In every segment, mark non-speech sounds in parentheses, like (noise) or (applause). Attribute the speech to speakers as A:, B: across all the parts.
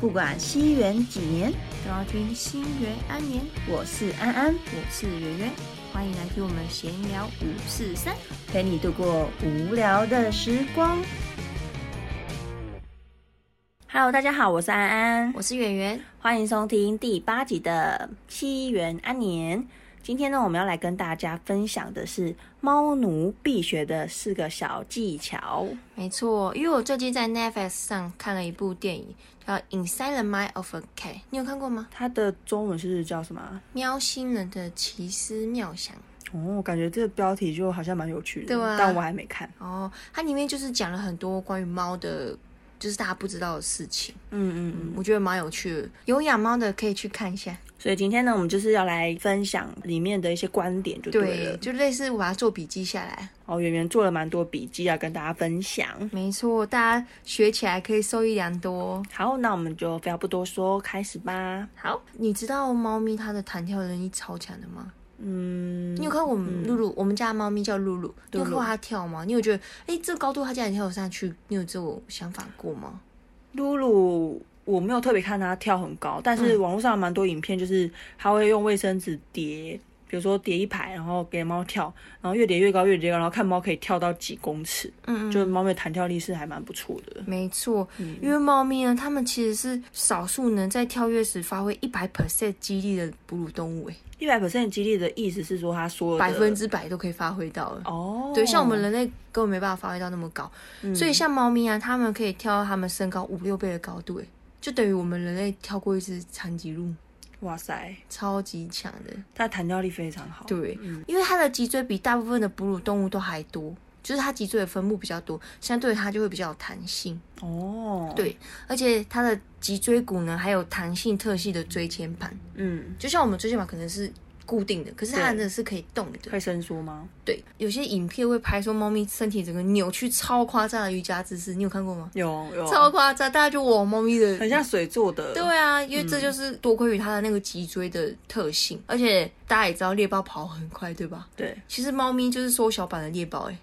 A: 不管西元几年，
B: 都要听新元安年。
A: 我是安安，
B: 我是圆圆，欢迎来听我们闲聊五四三。
A: 陪你度过无聊的时光。Hello，大家好，我是安安，
B: 我是圆圆，
A: 欢迎收听第八集的西元安年。今天呢，我们要来跟大家分享的是猫奴必学的四个小技巧。
B: 没错，因为我最近在 Netflix 上看了一部电影，叫《Inside the Mind of a Cat》，你有看过吗？
A: 它的中文是叫什么啊？
B: 喵星人的奇思妙想。
A: 哦，感觉这个标题就好像蛮有趣的，
B: 对啊
A: 但我还没看。
B: 哦，它里面就是讲了很多关于猫的，就是大家不知道的事情，
A: 嗯嗯嗯。
B: 我觉得蛮有趣的。有养猫的可以去看一下。
A: 所以今天呢，我们就是要来分享里面的一些观点，就对了。
B: 就类似我把它做笔记下来。
A: 哦，圆圆做了蛮多笔记要跟大家分享。
B: 没错，大家学起来可以受益良多。哦
A: 好，那我们就废话不多说，开始吧。
B: 好，你知道猫咪它的弹跳能力超强的吗？
A: 嗯
B: 你，有看过我们露露？我们家的猫咪叫嗯露露，你有看过它跳吗？你有觉得，哎，这高度它竟然跳得上去，你有这种想法过吗？
A: 露露，我没有特别看她跳很高，但
B: 嗯
A: 是网络上有蛮多影片，就是她会用卫生纸叠，比如说叠一排，然后给猫跳，然后越叠越高，越叠越高，然后看猫可以跳到几公尺，
B: 嗯
A: 就是猫咪的弹跳力是还蛮不错的。
B: 没错，因为猫咪呢，它们其实是少数能在跳跃时发挥一百 percent 肌力的哺乳动物，哎，
A: 一百 percent 激励的意思是说，它所有的
B: 百分之百都可以发挥到了。
A: 哦，
B: 对，像我们人类根本没办法发挥到那么高，所以像猫咪啊，它们可以跳到它们身高五六倍的高度，哎，就等于我们人类跳过一只长颈鹿，
A: 哇塞，
B: 超级强的。
A: 它弹跳力非常好。
B: 对，因为它的脊椎比大部分的哺乳动物都还多，就是它脊椎的分布比较多，相对它就会比较有弹性。
A: 哦，
B: 对而且它的脊椎骨呢，还有弹性特性的椎间盘，
A: 嗯，
B: 就像我们椎间盘可能是固定的，可是它
A: 对
B: 的是可以动的。
A: 会伸缩吗？
B: 对，有些影片会拍说猫咪身体整个扭曲超夸张的瑜伽姿势，你有看过吗？
A: 有有，啊
B: 超夸张，大家就哇，猫咪的
A: 很像嗯水做的。
B: 对啊，因为这就是多亏于它的那个脊椎的特性，而且大家也知道猎豹跑很快，对吧？
A: 对，
B: 其实猫咪就是缩小版的猎豹、欸，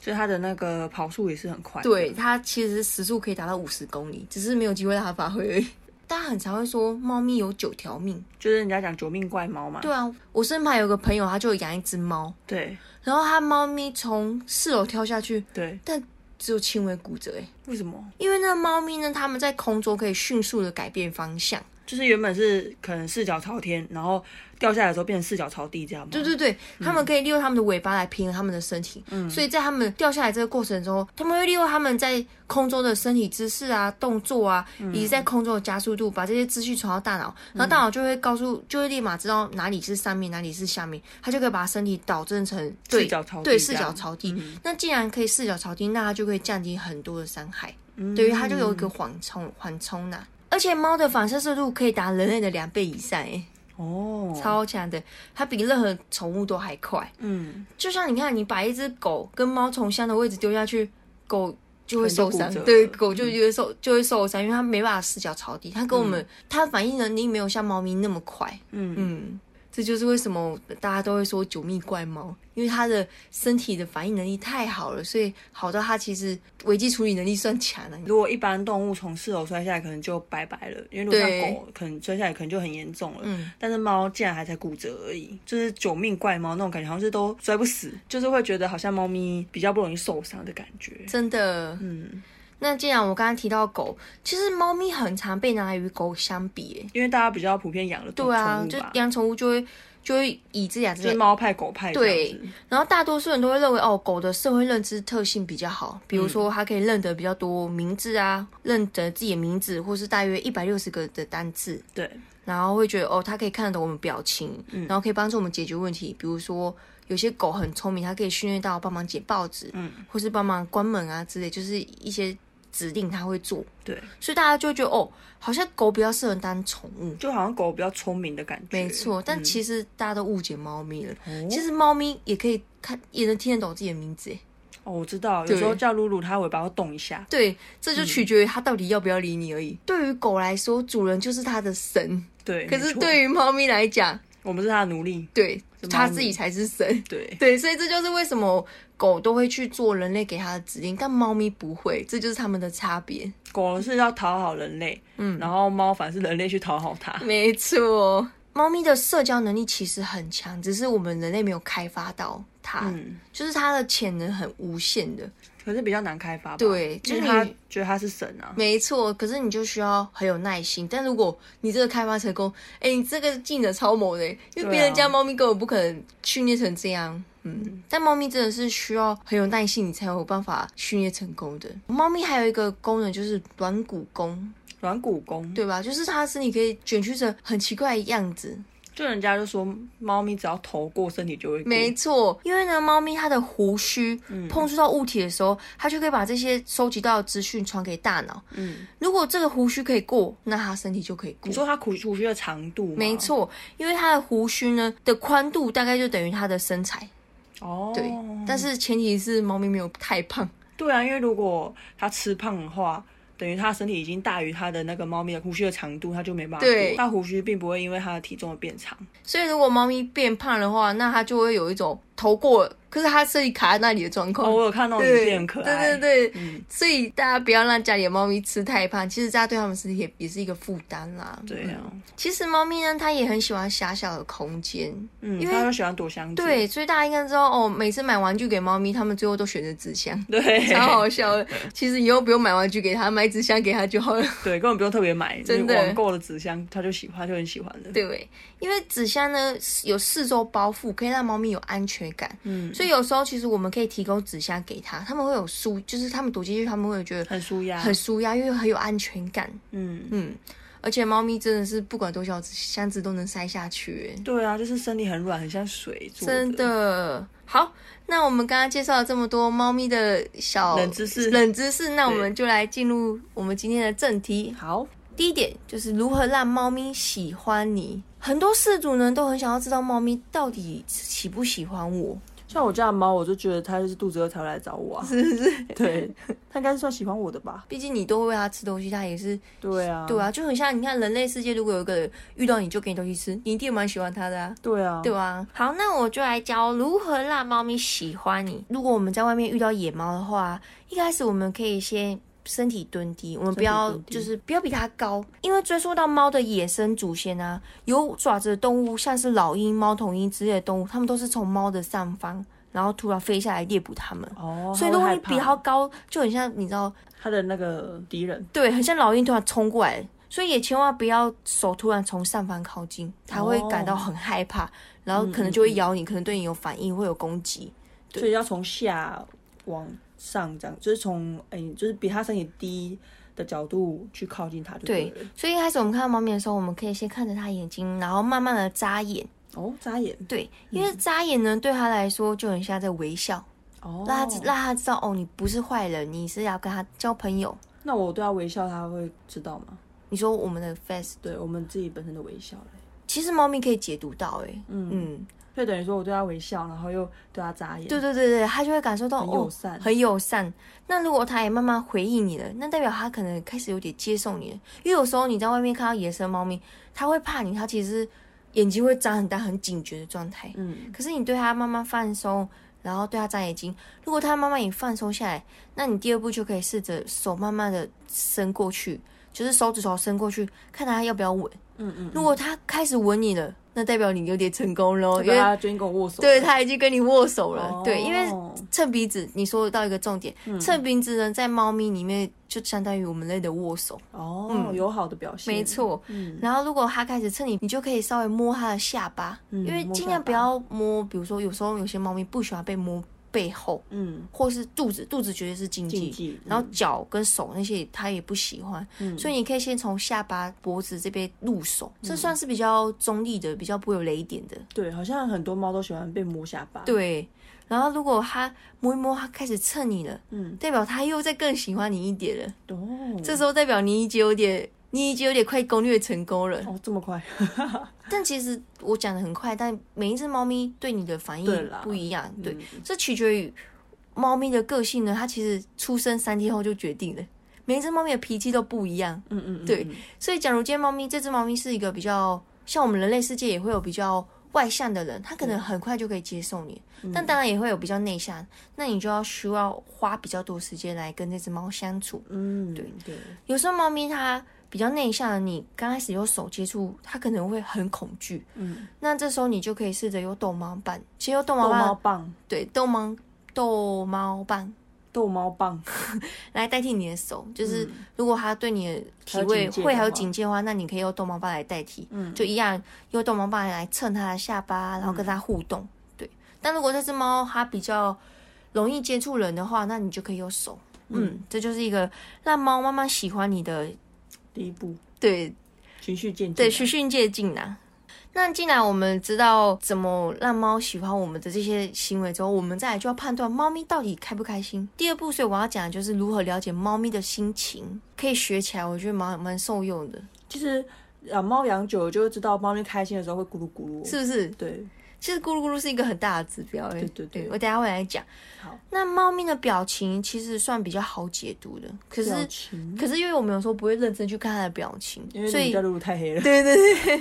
A: 所以它的那个跑速也是很快。
B: 对，，它其实时速可以达到五十公里，只是没有机会让它发挥而已。 (laughs) 大家很常会说猫咪有九条命，
A: 就是人家讲九命怪猫嘛。
B: 对啊，我身旁有个朋友，他就有养一只猫，
A: 对
B: 然后他猫咪从四楼跳下去，
A: 对，
B: 但只有轻微骨折、欸，
A: 为什么？
B: 因为那猫咪呢，它们在空中可以迅速的改变方向。
A: 就是原本是可能四脚朝天，然后掉下来的时候变成四脚朝地这样吗？
B: 对对对，它
A: 嗯
B: 们可以利用它们的尾巴来平衡它们的身体，所以在它们掉下来这个过程中，它们会利用它们在空中的身体姿势啊、动作啊，以及
A: 嗯
B: 在空中的加速度，把这些资讯传到大脑，然后大脑就会告诉，就会立马知道哪里是上面，哪里是下面，它就可以把身体导正成对
A: 四脚朝地
B: 对
A: 这
B: 四
A: 样嗯
B: 脚朝地。那既然可以四脚朝地，那它就可以降低很多的伤害，
A: 嗯
B: 等于它就有一个缓冲缓冲呐。而且猫的反射速度可以达人类的两倍以上、欸，
A: 哦，
B: 超强的，它比任何宠物都还快。
A: 嗯，
B: 就像你看，你把一只狗跟猫从相的位置丢下去，狗就会受
A: 可能
B: 伤
A: 就骨折，了
B: 对，狗就就会受就会受伤，因为它没办法四脚朝地，它跟我们、它反应能力没有像猫咪那么快。
A: 嗯
B: 嗯，这就是为什么大家都会说九命怪猫，因为它的身体的反应能力太好了，所以好到它其实危机处理能力算强了。
A: 如果一般动物从四楼摔下来，可能就拜拜了，因为如果
B: 对
A: 像狗，可能摔下来可能就很严重了。
B: 嗯，
A: 但是猫竟然还才骨折而已，就是九命怪猫那种感觉，好像是都摔不死，就是会觉得好像猫咪比较不容易受伤的感觉。
B: 真的，
A: 嗯，
B: 那既然我刚刚提到狗，其实猫咪很常被拿来与狗相比、欸，
A: 因为大家比较普遍养了宠
B: 对啊，
A: 宠
B: 就
A: 物吧，
B: 养宠物就会就会以这两只
A: 就是
B: 来，
A: 猫派狗派这样子。
B: 然后大多数人都会认为哦，狗的社会认知特性比较好，比如说它可以认得比较多名字啊，认得自己的名字，或是大约一百六十个的单字，
A: 对，
B: 然后会觉得哦，它可以看得懂我们表情，
A: 嗯
B: 然后可以帮助我们解决问题，比如说。有些狗很聪明，它可以训练到帮忙捡报纸，嗯，或是帮忙关门啊之类，就是一些指令它会做，
A: 对，
B: 所以大家就会觉得哦，好像狗比较适合当宠物，
A: 就好像狗比较聪明的感觉。
B: 没错，但其实大家都误解猫咪了。
A: 嗯哦
B: 其实猫咪也可以看，也能听得懂自己的名字。诶
A: 哦，我知道，
B: 对
A: 有时候叫露露，它尾巴会动一下。
B: 对，这
A: 嗯
B: 就取决于它到底要不要理你而已。对于狗来说，主人就是它的神；
A: 对，
B: 可
A: 没
B: 是
A: 错
B: 对于猫咪来讲，
A: 我们是它的奴隶。
B: 对
A: 是猫
B: 它
A: 咪
B: 自己才是神。
A: 对，
B: 对，所以这就是为什么狗都会去做人类给它的指令，但猫咪不会，这就是它们的差别。
A: 狗是要讨好人类，嗯，然后猫反而是人类去讨好它。
B: 没错，猫咪的社交能力其实很强，只是我们人类没有开发到它，
A: 嗯，
B: 就是它的潜能很无限的。
A: 可是比较难开发吧，
B: 对
A: 就是
B: 就是
A: 它
B: 你
A: 觉得它是神啊，
B: 没错，可是你就需要很有耐心。但如果你这个开发成功，哎、你这个技能超猛的、因为别人家猫咪根本不可能训练成这样。嗯，但猫咪真的是需要很有耐心，你才有办法训练成功的。猫咪还有一个功能就是软骨功，
A: 软骨功。
B: 对吧？就是它的身体可以卷曲成很奇怪的样子。
A: 就人家就说猫咪只要头过身体就会过
B: 没错，因为呢，猫咪它的胡须碰触到物体的时候，它就可以把这些收集到的资讯传给大脑。
A: 嗯，
B: 如果这个胡须可以过，那它身体就可以过
A: 你。说它苦苦须的长度吗
B: 没，错，因为它的胡须呢的宽度大概就等于它的身材，
A: 哦，
B: 对。但是前提是猫咪没有太胖，
A: 对啊，因为如果它吃胖的话，等于它身体已经大于它的那个猫咪的胡须的长度，它就没办法过
B: 对
A: 它胡须并不会因为它的体重而变长。
B: 所以如果猫咪变胖的话，那它就会有一种头过了，可是它身体卡在那里的状况。
A: 哦，我有看到你
B: 对
A: 变很可爱，嗯
B: 对对对，所以大家不要让家里的猫咪吃太胖，其实这样对它们身体也也是一个负担啦。嗯
A: 对啊，
B: 其实猫咪呢，它也很喜欢狭小的空间。
A: 嗯，
B: 因为
A: 它就喜欢躲箱子，
B: 对，所以大家应该知道哦，每次买玩具给猫咪，它们最后都选择纸箱，
A: 对，
B: (laughs) 超好笑的。其实以后不用买玩具给它，买纸箱给它就好了。
A: 对，根本不用特别买，
B: 真的
A: 就是网购的纸箱它就喜欢，它就很喜欢的。，
B: 对，因为纸箱呢有四周包覆，可以让猫咪有安全感。
A: 嗯，
B: 所以有时候其实我们可以提供纸箱给它，它们会有舒，就是它们躲进去，它们会觉得
A: 很舒压，
B: 很舒压，因为很有安全感。
A: 嗯，
B: 嗯，而且猫咪真的是不管多小箱子都能塞下去，欸
A: 对啊，就是身体很软，很像水做
B: 真
A: 的。
B: 的。好，那我们刚刚介绍了这么多猫咪的小
A: 冷知识
B: 冷知识，那我们就来进入我们今天的正题。
A: 好，
B: 第一点就是如何让猫咪喜欢你。很多饲主呢都很想要知道猫咪到底喜不喜欢我，
A: 像我家的猫，我就觉得它就是肚子饿才会来找我啊，
B: 是不是？
A: (laughs) 对，它应该是算喜欢我的吧？
B: 毕竟你都会喂它吃东西，它也是
A: 对啊，
B: 对啊，就很像你看人类世界，如果有一个人遇到你就给你东西吃，你一定也蛮喜欢它的啊。
A: 对啊，
B: 对吧？好，那我就来教如何让猫咪喜欢你。如果我们在外面遇到野猫的话，一开始我们可以先身体蹲低，我们不要
A: 蹲低
B: 就是不要比它高，因为追溯到猫的野生祖先啊，有爪子的动物，像是老鹰、猫头鹰之类的动物，它们都是从猫的上方，然后突然飞下来猎捕它们。
A: 哦，
B: 所以如果你
A: 它
B: 比
A: 会害怕
B: 它高，就很像你知道，
A: 它的那个敌人，
B: 对，很像老鹰突然冲过来，所以也千万不要手突然从上方靠近，它会感到很害怕，然后可能就会咬你，可能对你有反应，会有攻击。对
A: 所以要从下往上这样，就是从哎、就是比它身体低的角度去靠近它就
B: 对
A: 了，
B: 所以一开始我们看到猫咪的时候，我们可以先看着它眼睛，然后慢慢的眨眼。
A: 哦，眨眼，
B: 对，因为眨眼呢，对它来说就很像在微笑，
A: 哦，
B: 让它知让它知道哦，你不是坏人，你是要跟它交朋友。
A: 那我对它微笑，它会知道吗？
B: 你说我们的 face，
A: 对我们自己本身的微笑嘞，
B: 其实猫咪可以解读到、欸，嗯嗯，
A: 所以等于说我对它微笑，然后又对它眨眼，
B: 对对对对，它就会感受到
A: 很
B: 哦
A: 友，善，
B: 很友善。那如果它也慢慢回应你了，那代表它可能开始有点接受你了。因为有时候你在外面看到野生猫咪，它会怕你，它其实眼睛会张很大、很警觉的状态。
A: 嗯，
B: 可是你对它慢慢放松，然后对它眨眼睛，如果它慢慢也放松下来，那你第二步就可以试着手慢慢的伸过去，就是手指头伸过去，看它要不要吻。
A: 嗯嗯，
B: 如果它开始吻你了，那代表你有点成功喽，
A: 代
B: 哦因
A: 表
B: 为
A: 它最近跟我握手，
B: 对，它已经跟你握手了。
A: 哦
B: 对，因为蹭鼻子，你说到一个重点，
A: 嗯
B: 蹭鼻子呢，在猫咪里面就相当于我们类的握手，
A: 哦，友好的表现，
B: 嗯没，错。
A: 嗯
B: 然后如果它开始蹭你，你就可以稍微摸它的下巴，
A: 嗯
B: 因为
A: 摸
B: 尽
A: 下
B: 量不
A: 巴
B: 要摸，比如说有时候有些猫咪不喜欢被摸背后
A: 嗯，
B: 或是肚子，肚子绝对是禁忌。
A: 禁忌，
B: 然后脚跟手那些它也不喜欢，
A: 嗯
B: 所以你可以先从下巴、脖子这边入手，这算是比较中立的，比较不会有雷点的。
A: 对，好像很多猫都喜欢被摸下巴，，
B: 对，然后如果它摸一摸，它开始蹭你了，
A: 嗯，
B: 代表它又在更喜欢你一点了。
A: 哦，
B: 这时候代表你已经有点，你已经有点快攻略成功了。
A: 哦这么快，
B: 但其实我讲的很快，但每一只猫咪对你的反
A: 对
B: 应
A: 啦
B: 不一样，对，
A: 嗯
B: 这取决于猫咪的个性呢。它其实出生三天后就决定了，每一只猫咪的脾气都不一样。
A: 嗯嗯，嗯
B: 对
A: 嗯
B: 所以，假如今天猫咪这只猫咪是一个比较像我们人类世界也会有比较外向的人，他可能很快就可以接受你，
A: 嗯
B: 但当然也会有比较内向，那你就要需要花比较多时间来跟这只猫相处。
A: 嗯，对对，
B: 有时候猫咪它比较内向的你，刚开始用手接触，它可能会很恐惧。
A: 嗯，
B: 那这时候你就可以试着用逗猫棒，其实用逗猫
A: 逗猫
B: 棒，
A: 棒，
B: 对，逗猫逗猫棒
A: 逗猫棒，
B: 来代替你的手，就是如果它对你的体位
A: 嗯还有警戒的
B: 会还
A: 话
B: 有警戒的话，那你可以用逗猫棒来代替，
A: 嗯
B: 就一样用逗猫棒来蹭它的下巴，然后跟它互动。
A: 嗯
B: 对，但如果这只猫它比较容易接触人的话，那你就可以用手。嗯，这就是一个让猫慢慢喜欢你的
A: 第一步
B: 对
A: 循序渐进，
B: 对，循序渐进啦。那既然我们知道怎么让猫喜欢我们的这些行为之后，我们再来就要判断猫咪到底开不开心。第二步，所以我要讲的就是如何了解猫咪的心情，可以学起来，我觉得蛮蛮受用的，
A: 其实养猫养久了就会知道，猫咪开心的时候会咕噜咕噜，
B: 是不是？
A: 对，
B: 其实咕噜咕噜是一个很大的指标、欸，
A: 对对对
B: 我等一下会来讲。
A: 好，
B: 那猫咪的表情其实算比较好解读的，可是
A: 表情，
B: 可是因为我们有时候不会认真去看它的表情
A: 因，为
B: 所以
A: 你家露露太黑了，
B: 对对对。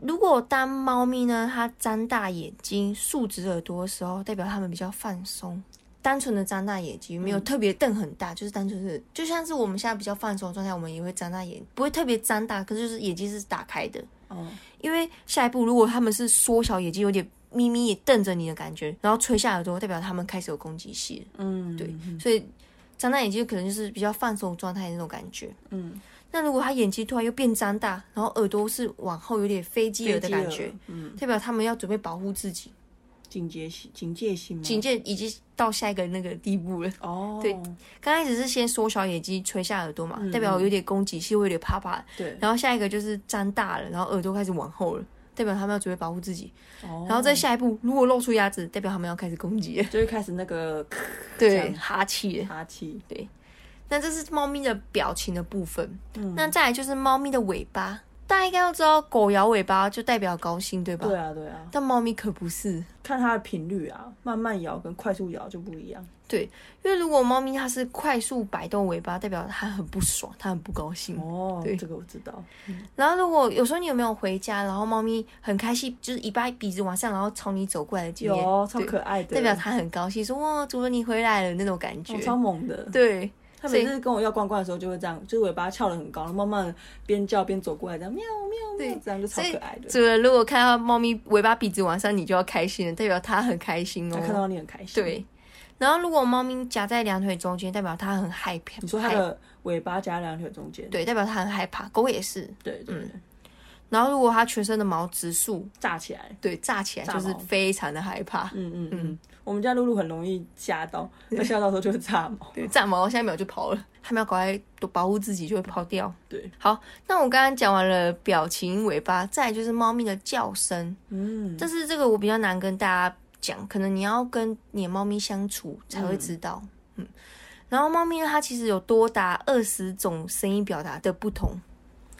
B: 如果当猫咪呢，它张大眼睛、竖直耳朵的时候，代表它们比较放松，单纯的张大眼睛，没有特别瞪很大，就是单纯是，就像是我们现在比较放松的状态，我们也会张大眼，不会特别张大，可是就是眼睛是打开的。
A: 哦，
B: 因为下一步如果它们是缩小眼睛，有点眯眯眼瞪着你的感觉，然后垂下耳朵，代表它们开始有攻击性了。
A: 嗯，
B: 对，所以张大眼睛可能就是比较放松状态的那种感觉。
A: 嗯，
B: 那如果他眼睛突然又变张大，然后耳朵是往后有点飞机耳的感觉，，
A: 嗯，
B: 代表他们要准备保护自己，
A: 警戒心，警戒心吗？
B: 警戒已经到下一个那个地步了。
A: 哦，
B: 对刚开始是先缩小眼睛，垂下耳朵嘛，代表有点攻击性，会有点怕怕。
A: 嗯对，
B: 然后下一个就是张大了，然后耳朵开始往后了，代表他们要准备保护自己。
A: 哦，
B: 然后再下一步，如果露出牙齿，代表他们要开始攻击了，
A: 就会开始那
B: (laughs)
A: 个这
B: 对，
A: 样
B: 哈气了。
A: 哈气，
B: 那这是猫咪的表情的部分。
A: 嗯
B: 那再来就是猫咪的尾巴，大家应该都知道，狗摇尾巴就代表高兴，对吧？
A: 对啊，对啊，
B: 但猫咪可不是，因
A: 看它的频率啊，慢慢摇跟快速摇就不一样，
B: 为如果猫咪它是快速摆动尾巴，代表它很不爽，它很不高兴。
A: 哦
B: 嗯对，
A: 这个我知道，
B: 然后如果有时候你有没有回家，然后猫咪很开心，就是尾巴鼻子往上，然后朝你走过来的经验，
A: 有超
B: 对
A: 可爱的，
B: 代表它很高兴，说哇，主人你回来了那种感觉
A: 哦。超猛的，
B: 对，
A: 他
B: 所以
A: 每次跟我要罐罐的时候就会这样，就是尾巴翘得很高，然后慢慢边叫边走过来，这样喵喵
B: 对
A: 喵，这样就超
B: 所以
A: 可爱的。
B: 主人如果看到猫咪尾巴鼻子往上，你就要开心了，代表它很开心哦。
A: 他看到你很开心。，
B: 对，然后如果猫咪夹在两腿中间，代表它很害怕。
A: 你说他
B: 害
A: 的尾巴夹在两腿中间，
B: 对，代表它很害怕。狗也是。
A: 对对
B: 嗯
A: 对，
B: 然后如果它全身的毛直竖，
A: 炸起来。
B: 对，炸起来
A: 炸
B: 就是
A: 毛
B: 非常的害怕。
A: 嗯嗯嗯，我们家露露很容易吓到，那吓到的时候就会炸毛。
B: 对，炸毛下一秒就跑了，它们要赶快都保护自己，就会跑掉。
A: 对，
B: 好，那我刚刚讲完了表情、尾巴，再来就是猫咪的叫声，
A: 嗯，
B: 但是这个我比较难跟大家讲，可能你要跟你的猫咪相处才会知道。嗯然后猫咪呢，它其实有多达二十种声音表达的不同。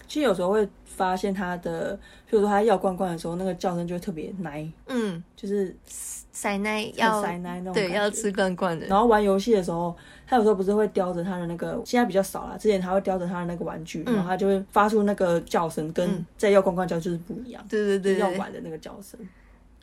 A: 其实有时候会发现它的，譬如说它要罐罐的时候，那个叫声就会特别奶，
B: 嗯，
A: 就是
B: 奶奶
A: 要
B: 要
A: 塞奶那种
B: 对
A: 感觉
B: 要吃罐罐的，
A: 然后玩游戏的时候，他有时候不是会叼着他的那个，现在比较少啦，之前他会叼着他的那个玩具，
B: 嗯
A: 然后他就会发出那个叫声，跟在要罐罐叫就是不一样，
B: 对嗯对对
A: 要
B: 对。
A: 玩的那个叫声。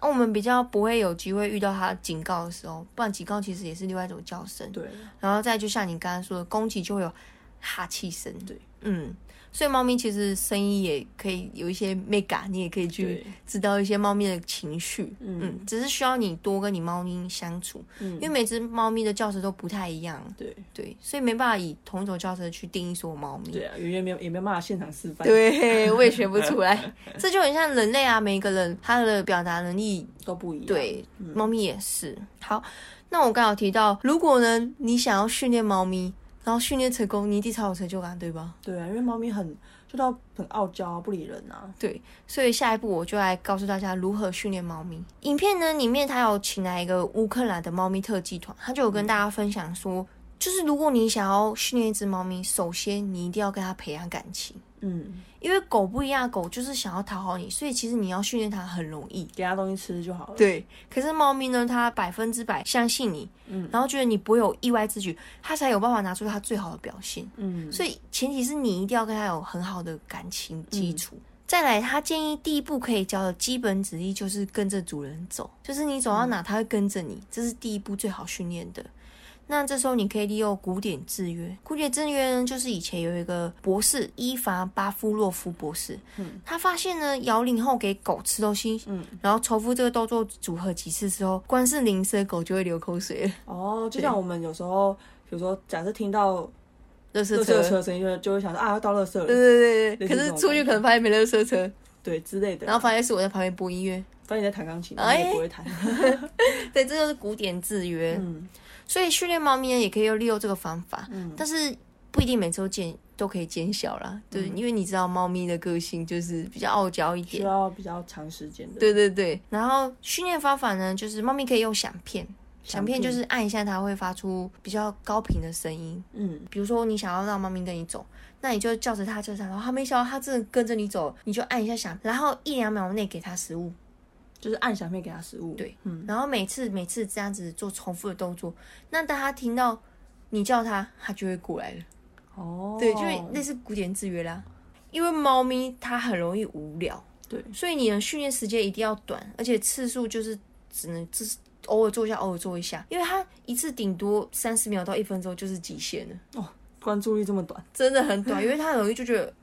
B: 那我们比较不会有机会遇到它警告的时候，不然警告其实也是另外一种叫声。
A: 对，
B: 然后再就像你刚刚说的，攻击就会有哈气声。
A: 对，
B: 嗯，所以猫咪其实声音也可以有一些 mega，你也可以去
A: 对，
B: 知道一些猫咪的情绪。
A: 嗯
B: 嗯，只是需要你多跟你猫咪相处，
A: 嗯，
B: 因为每只猫咪的叫声都不太一样，
A: 对，
B: 对，所以没办法以同一种叫声去定义所有猫咪。
A: 对啊，圆圆没有也没办法现场示范，
B: 对，我也学不出来。这就很像人类啊，每一个人他的表达能力，
A: 都不一样。，嗯
B: 对，猫咪也是。好，那我刚好提到，如果呢你想要训练猫咪，然后训练成功，你一定超有成就感，对吧？
A: 对啊，因为猫咪很就到很傲娇啊，不理人啊。
B: 对，所以下一步我就来告诉大家如何训练猫咪。影片呢里面他有请来一个乌克兰的猫咪特技团，他就有
A: 嗯
B: 跟大家分享说，就是如果你想要训练一只猫咪，首先你一定要跟它培养感情。
A: 嗯，
B: 因为狗不一样，狗就是想要讨好你，所以其实你要训练它很容易。
A: 给它东西吃就好了。
B: 对，可是猫咪呢，它百分之百相信你，嗯，然后觉得你不会有意外之举，它才有办法拿出它最好的表现。
A: 嗯，
B: 所以前提是你一定要跟它有很好的感情基础。再来，他建议第一步可以教的基本旨意就是跟着主人走，就是你走
A: 嗯
B: 到哪，他会跟着你，这是第一步最好训练的。那这时候你可以利用古典制约。古典制约呢，就是以前有一个博士伊凡巴夫洛夫博士，
A: 嗯
B: 他发现呢，摇铃后给狗吃东西，然后重复这个动作组合几次之后，光是铃声狗就会流口水了。
A: 哦，就像我们有时候，比如说假设听到
B: 热车
A: 垃
B: 车，
A: 圾车声音，就就会想说啊，要到垃圾
B: 对
A: 了，
B: 对对对。
A: 类
B: 可
A: 似这
B: 是
A: 种
B: 出去可能发现没热车车，
A: 对之类的。
B: 然后发现是我在旁边播音乐。
A: 反正你在弹钢琴，
B: 哎
A: 你也不会弹。
B: 对，这就是古典制约。
A: 嗯
B: 所以训练猫咪呢，也可以用利用这个方法，但是不一定每次都见都可以见效啦。对，因为你知道猫咪的个性就是比较傲娇一
A: 需
B: 点。
A: 要比较长时间的。
B: 对对对，然后训练方法呢，就是猫咪可以用响片，响片就是按一下它会发出比较高频的声音。
A: 嗯，
B: 比如说你想要让猫咪跟你走，那你就叫着它叫着它，然后它没想到它真的跟着你走，你就按一下响，然后一两秒内给它食物，
A: 就是按响片给它食物。
B: 对，
A: 嗯，
B: 然后每次每次这样子做重复的动作，那当它听到你叫它，它就会过来了。
A: 哦，
B: 对，就是类似古典制约啦。因为猫咪它很容易无聊，
A: 对，
B: 所以你的训练时间一定要短，而且次数就是只能就是偶尔做一下，偶尔做一下，因为它一次顶多三十秒到一分钟就是极限了，
A: 关注力这么短，
B: 真的很短，因为它很容易就觉得。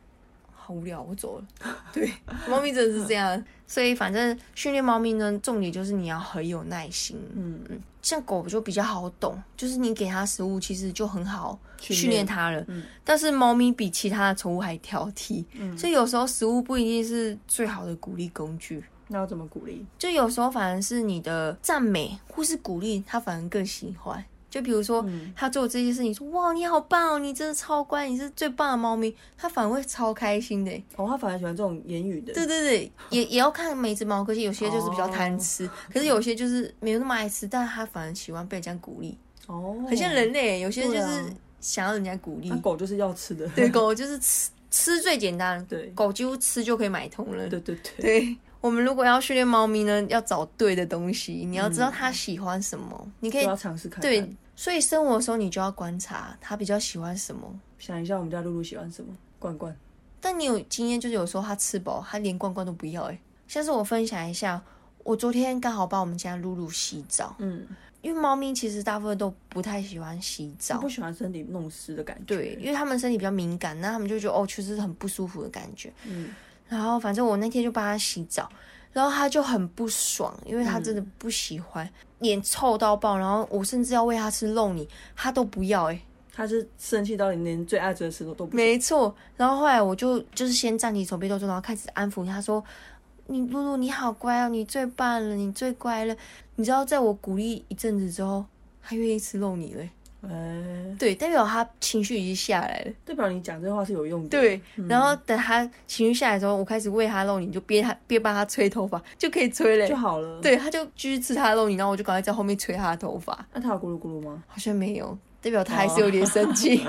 B: 好无聊，我走了。
A: (laughs)
B: 对，猫咪真的是这样，所以反正训练猫咪呢，重点就是你要很有耐心。
A: 嗯，
B: 像狗就比较好懂，就是你给它食物，其实就很好训练它了。
A: 嗯
B: 但是猫咪比其他的宠物还挑剔，所以有时候食物不一定是最好的鼓励工具。
A: 那要怎么鼓励？
B: 就有时候反而是你的赞美或是鼓励，它反而更喜欢。就比如说，它做这些事情，说哇你好棒哦，你真的超乖，你是最棒的猫咪，它反而会超开心的欸。
A: 哦，他反而喜欢这种言语的。
B: 对对对，也也要看每只猫，可是有些就是比较贪
A: 哦
B: 吃，可是有些就是没有那么爱吃，但它反而喜欢被人家鼓励。
A: 哦，
B: 很像人类，有些人就
A: 对
B: 是
A: 啊
B: 想要人家鼓励。
A: 那狗就是要吃的。
B: 对，狗就是吃吃最简单，
A: 对
B: 狗几乎吃就可以买通了。
A: 对对对，
B: 对我们如果要训练猫咪呢，要找对的东西，你要知道它喜欢什么，你可
A: 就
B: 以
A: 要尝试看看。
B: 对。所以生活的时候，你就要观察它比较喜欢什么。
A: 哦想一下我们家露露喜欢什么？罐罐。
B: 但你有经验，就是有时候它吃饱，它连罐罐都不要、欸。哎，下次我分享一下，我昨天刚好帮我们家露露洗澡，
A: 嗯，
B: 因为猫咪其实大部分都不太喜欢洗澡，
A: 不喜欢身体弄湿的感觉。
B: 对，，因为他们身体比较敏感，那他们就觉得哦，就是很不舒服的感觉。
A: 嗯，
B: 然后反正我那天就帮他洗澡，然后他就很不爽，因为他真的不喜欢，脸臭到爆。然后我甚至要喂他吃肉泥，他都不要、欸。哎，
A: 它是生气到你连最爱吃的石头都不。
B: 没错。然后后来我就就是先暂停手臂动作，然后开始安抚他说：“你露露你好乖哦，你最棒了，你最乖了。”你知道，在我鼓励一阵子之后，他愿意吃肉泥了欸、
A: 哎，
B: 对，代表他情绪已经下来了。
A: 代表你讲这话是有用的。，
B: 对，然后等他情绪下来之后，我开始喂他肉泥，就边他边帮他吹头发，就可以吹
A: 就
B: 嘞。
A: 好了。，
B: 对，他就继续吃他的肉泥，然后我就赶快在后面吹他的头发，
A: 那它有咕噜咕噜吗？
B: 好像没有，代表他还是有点生气。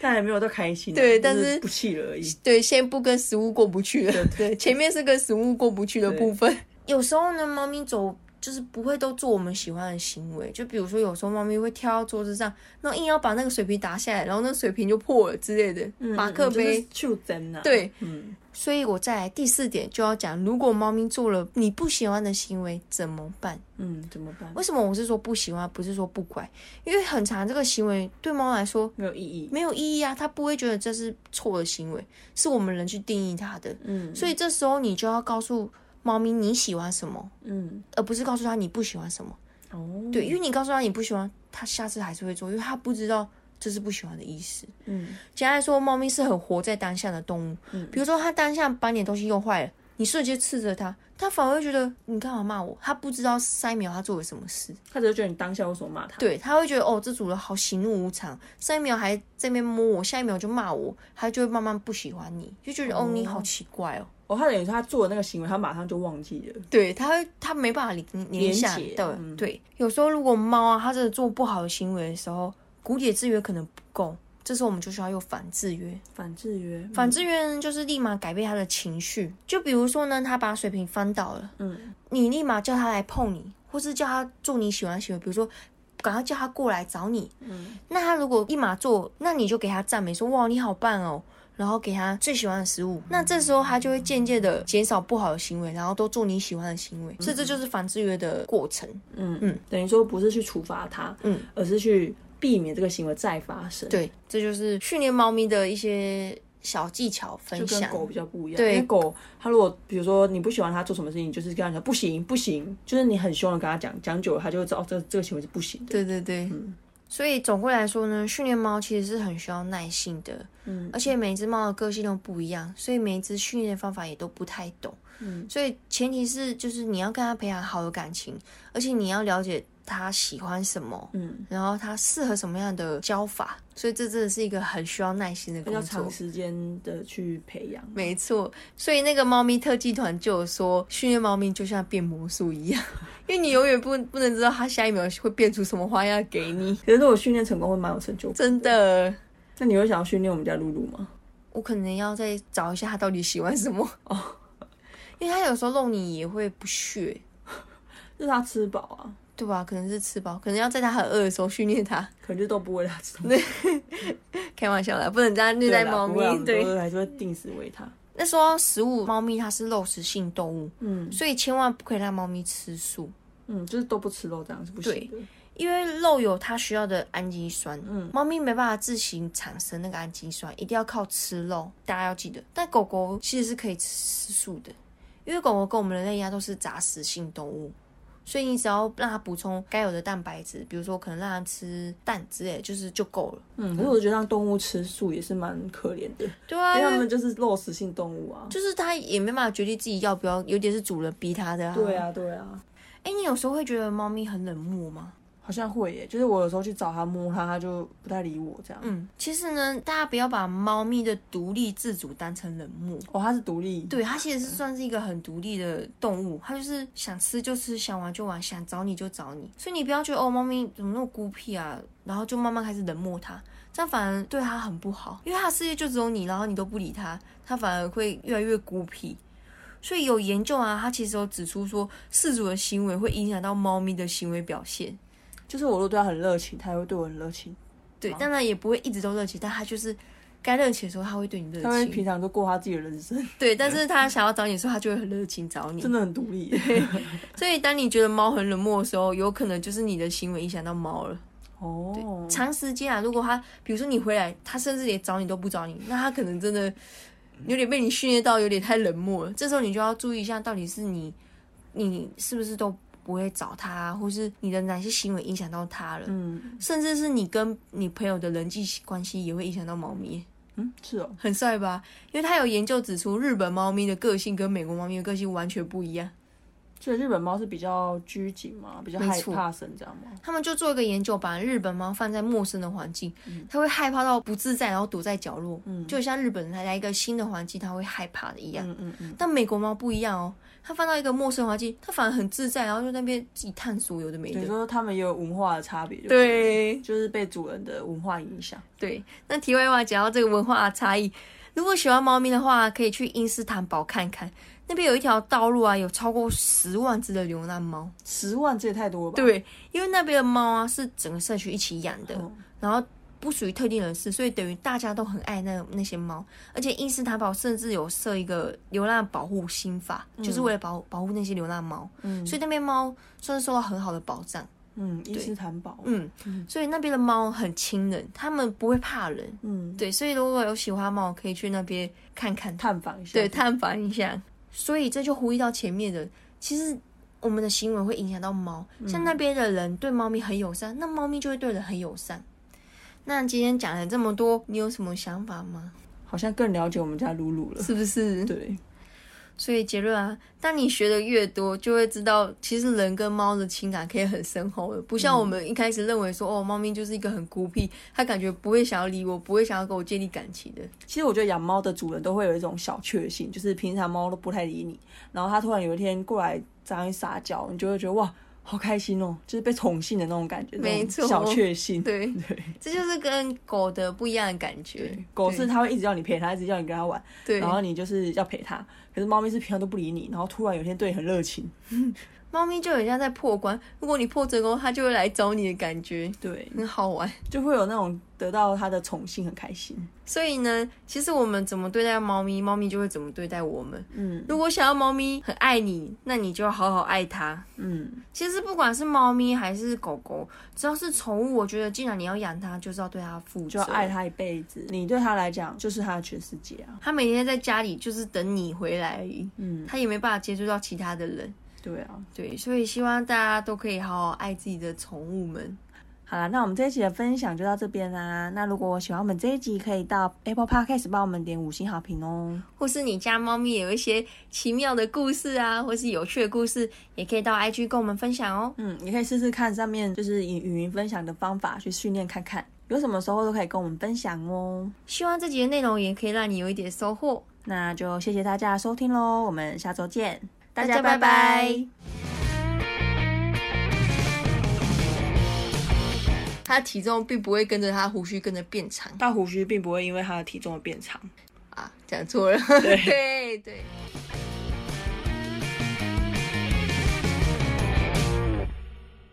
A: 它还没有到开心啊。
B: 对但
A: 就是不气了而已。
B: 对，先不跟食物过不去了。对，前面是跟食物过不去的部分。有时候呢，猫咪走就是不会都做我们喜欢的行为，就比如说有时候猫咪会跳到桌子上，然后硬要把那个水瓶打下来，然后那个水瓶就破了之类的，马克杯。
A: 嗯就真呐。
B: 对，
A: 嗯，
B: 所以我再来第四点就要讲，如果猫咪做了你不喜欢的行为怎么办？
A: 嗯，怎么办？
B: 为什么我是说不喜欢，不是说不乖？因为很长这个行为对猫来说
A: 没有意义。
B: 没有意义啊，它不会觉得这是错的行为，是我们人去定义它的。
A: 嗯
B: 所以这时候你就要告诉猫咪你喜欢什么，
A: 嗯，
B: 而不是告诉它你不喜欢什么。
A: 哦，
B: 对，因为你告诉它你不喜欢，它下次还是会做，因为它不知道这是不喜欢的意思。
A: 嗯，
B: 简单来说，猫咪是很活在当下的动物。
A: 嗯
B: 比如说它当下把你的东西用坏了，你瞬间斥责它，它反而会觉得你干嘛骂我？它不知道上一秒它做了什么事，
A: 他只是觉得你当下为什么骂他？
B: 对，它会觉得哦，这主人好喜怒无常，上一秒还在那边摸我，下一秒就骂我，它就会慢慢不喜欢你，就觉得哦
A: 哦
B: 你好奇怪哦。
A: 哦，他等于说他做的那个行为，他马上就忘记了。
B: 对，它会它没办法联联
A: 连
B: 想
A: 结
B: 的。
A: 嗯
B: 对，有时候如果猫啊，它真的做不好的行为的时候，骨解制约可能不够，这时候我们就需要用反制约。
A: 反制约，
B: 反制约呢，就是立马改变他的情绪。就比如说呢，他把水瓶翻倒了，
A: 嗯，
B: 你立马叫他来碰你，或是叫他做你喜欢的行为，比如说赶快叫他过来找你。嗯，那他如果立马做，那你就给他赞美，说哇你好棒哦。然后给它最喜欢的食
A: 嗯
B: 物。那这时候它就会渐渐的减少不好的行为，然后多做你喜欢的行为。
A: 嗯
B: 所以这就是反制约的过程。
A: 等于说不是去处罚它，
B: 嗯，
A: 而是去避免这个行为再发生。，
B: 对，这就是训练猫咪的一些小技巧
A: 就
B: 分
A: 跟
B: 享。
A: 狗比较不一样。
B: 对
A: 因为狗它如果比如说你不喜欢它做什么事情，你就是跟它讲不行不行，就是你很凶的跟它讲，讲久了它就会知道哦，这这个行为是不行的。
B: 对对对，所以总归来说呢，训练猫其实是很需要耐性的，嗯，而且每一只猫的个性都不一样，所以每一只训练方法也都不太懂，嗯，所以前提是就是你要跟它培养好的感情，而且你要了解它喜欢什么，
A: 嗯，
B: 然后它适合什么样的教法，所以这真的是一个很需要耐心的
A: 比较
B: 工作
A: 长。时间的去培养。
B: 没错，所以那个猫咪特技团就有说，训练猫咪就像变魔术一样，因为你永远不不能知道它下一秒会变出什么花样给你，
A: 可是如果训练成功会蛮有成就感。
B: 真的。
A: 那你会想要训练我们家露露吗？
B: 我可能要再找一下他到底喜欢什么哦， (laughs) 因为他有时候弄你也会不屑，
A: 就是它吃饱啊，
B: 对吧？可能是吃饱，可能要在他很饿的时候训练他。
A: 可能就都不喂它吃东西。
B: 开玩笑啦，不能这样虐待
A: 啦
B: 猫
A: 不会啊我
B: 咪。
A: 们
B: 对
A: 都，是还是会定时喂它。
B: 那说到食物，猫咪它是肉食性动物，
A: 嗯
B: 所以千万不可以让猫咪吃素，
A: 嗯，就是都不吃肉这样是不行的。
B: 因为肉有它需要的氨基酸，嗯，猫咪没办法自行产生那个氨基酸，一定要靠吃肉。大家要记得，但狗狗其实是可以吃素的，因为狗狗跟我们人类一样都是杂食性动物，所以你只要让它补充该有的蛋白质，比如说可能让它吃蛋之类的，就是就够了。
A: 嗯，可是我觉得让动物吃素也是蛮可怜的，因
B: 对啊
A: 为，它们就是肉食性动物啊。
B: 就是它也没办法决定自己要不要，有点是主人逼它的、啊。
A: 对，啊，对啊，
B: 哎，你有时候会觉得猫咪很冷漠吗？
A: 好像会耶。就是我有时候去找它摸它，它就不太理我这样。
B: 嗯，其实呢，大家不要把猫咪的独立自主当成冷漠。
A: 哦，它是独立。
B: 对，它其实
A: 嗯
B: 是算是一个很独立的动物，它就是想吃就吃，想玩就玩，想找你就找你。所以你不要觉得哦，猫咪怎么那么孤僻啊，然后就慢慢开始冷漠它，这样反而对它很不好，因为它的世界就只有你，然后你都不理它，它反而会越来越孤僻。所以有研究啊，它其实有指出说，饲主的行为会影响到猫咪的行为表现。
A: 就是我如果对它很热情，它也会对我很热情。
B: 对，
A: 哦
B: 当然也不会一直都热情，但它就是该热情的时候，它会对你热
A: 它会
B: 情。
A: 平常就过它自己的人生，
B: 对，但是它想要找你的时候，它就会很热情找你。
A: 真的很独立耶。
B: 所以，当你觉得猫很冷漠的时候，有可能就是你的行为影响到猫了。
A: 哦，
B: 长时间啊，如果它，比如说你回来，它甚至连找你都不找你，那它可能真的有点被你训练到有点太冷漠了。这时候你就要注意一下，到底是你你是不是都不会找它，或是你的哪些行为影响到它了，
A: 嗯
B: 甚至是你跟你朋友的人际关系也会影响到猫咪。
A: 嗯，是哦。
B: 很帅吧？因为它有研究指出，日本猫咪的个性跟美国猫咪的个性完全不一样。
A: 所以日本猫是比较拘谨嘛，比较
B: 没
A: 害
B: 错
A: 怕生这样吗？
B: 他们就做一个研究，把日本猫放在陌生的环境，它会害怕到不自在，然后躲在角落，就像日本人他在一个新的环境他会害怕的一样。
A: 嗯嗯嗯，
B: 但美国猫不一样哦，它放到一个陌生环境，它反而很自在，然后就在那边自己探索有的没
A: 等于
B: 的。
A: 说它们也有文化的差别，，
B: 对
A: 就是被主人的文化影响。
B: 对，那题外话讲到这个文化差异，如果喜欢猫咪的话，可以去英斯坦堡看看，那边有一条道路啊，有超过十万只的流浪猫。
A: 十万这也太多了吧？
B: 对，因为那边的猫啊是整个社区一起养的，
A: 哦
B: 然后不属于特定人士，所以等于大家都很爱那那些猫。而且伊斯坦堡甚至有设一个流浪保护新法，就是为了保保护那些流浪猫。
A: 嗯
B: 所以那边猫算是受到很好的保障。
A: 嗯，伊斯坦堡，
B: 嗯，所以那边的猫很亲人，它们不会怕人。
A: 嗯，
B: 对，所以如果有喜欢猫，可以去那边看看
A: 探访一下，
B: 对，，探访一下。所以这就呼应到前面的，其实我们的行为会影响到猫，像那边的人对猫咪很友善，那猫咪就会对人很友善。那今天讲了这么多，你有什么想法吗？
A: 好像更了解我们家露露了。
B: 是不是？
A: 对，
B: 所以结论啊，当你学的越多，就会知道其实人跟猫的情感可以很深厚的，不像我们一开始认为说，哦，猫咪就是一个很孤僻，它感觉不会想要理我，不会想要跟我建立感情的。
A: 其实我觉得养猫的主人都会有一种小确幸，就是平常猫都不太理你，然后它突然有一天过来找你撒娇，你就会觉得哇，好开心哦，就是被宠幸的那种感觉，
B: 没
A: 那种
B: 错
A: 小确幸。
B: (laughs) 对，
A: 对
B: 这就是跟狗的不一样的感觉
A: 对。，狗是它会一直要你陪它，一直要你跟它玩，
B: 对，
A: 然后你就是要陪它。可是猫咪是平常都不理你，然后突然有一天对你很热情，
B: 猫咪就很像在破关，如果你破成功，它就会来找你的感觉，
A: 对，
B: 很好玩。
A: 就会有那种得到它的宠幸，很开心。
B: 所以呢，其实我们怎么对待猫咪，猫咪就会怎么对待我们。
A: 嗯
B: 如果想要猫咪很爱你，那你就要好好爱它。
A: 嗯，
B: 其实不管是猫咪还是狗狗，只要是宠物，我觉得既然你要养它，就是要对它负责，
A: 就要爱。它一辈子。你对它来讲就是它的全世界啊。
B: 它每天在家里就是等你回来而已，
A: 嗯，
B: 它也没办法接触到其他的人。
A: 对啊。
B: 对，所以希望大家都可以好好爱自己的宠物们。
A: 好啦，那我们这一集的分享就到这边啦。那如果喜欢我们这一集，可以到 Apple Podcast 帮我们点五星好评哦。
B: 或是你家猫咪有一些奇妙的故事啊，或是有趣的故事，也可以到 IG 跟我们分享哦。
A: 嗯，也可以试试看上面就是以语音分享的方法去训练看看，有什么时候都可以跟我们分享哦。
B: 希望这集的内容也可以让你有一点收获。
A: 那就谢谢大家的收听喽，我们下周见，
B: 大
A: 大
B: 家
A: 家
B: 拜
A: 拜
B: 拜
A: 拜。
B: 它体重并不会跟着它胡须跟着变长
A: 大胡须并不会因为它的体重而变长。
B: (laughs) 啊，讲错了，对对。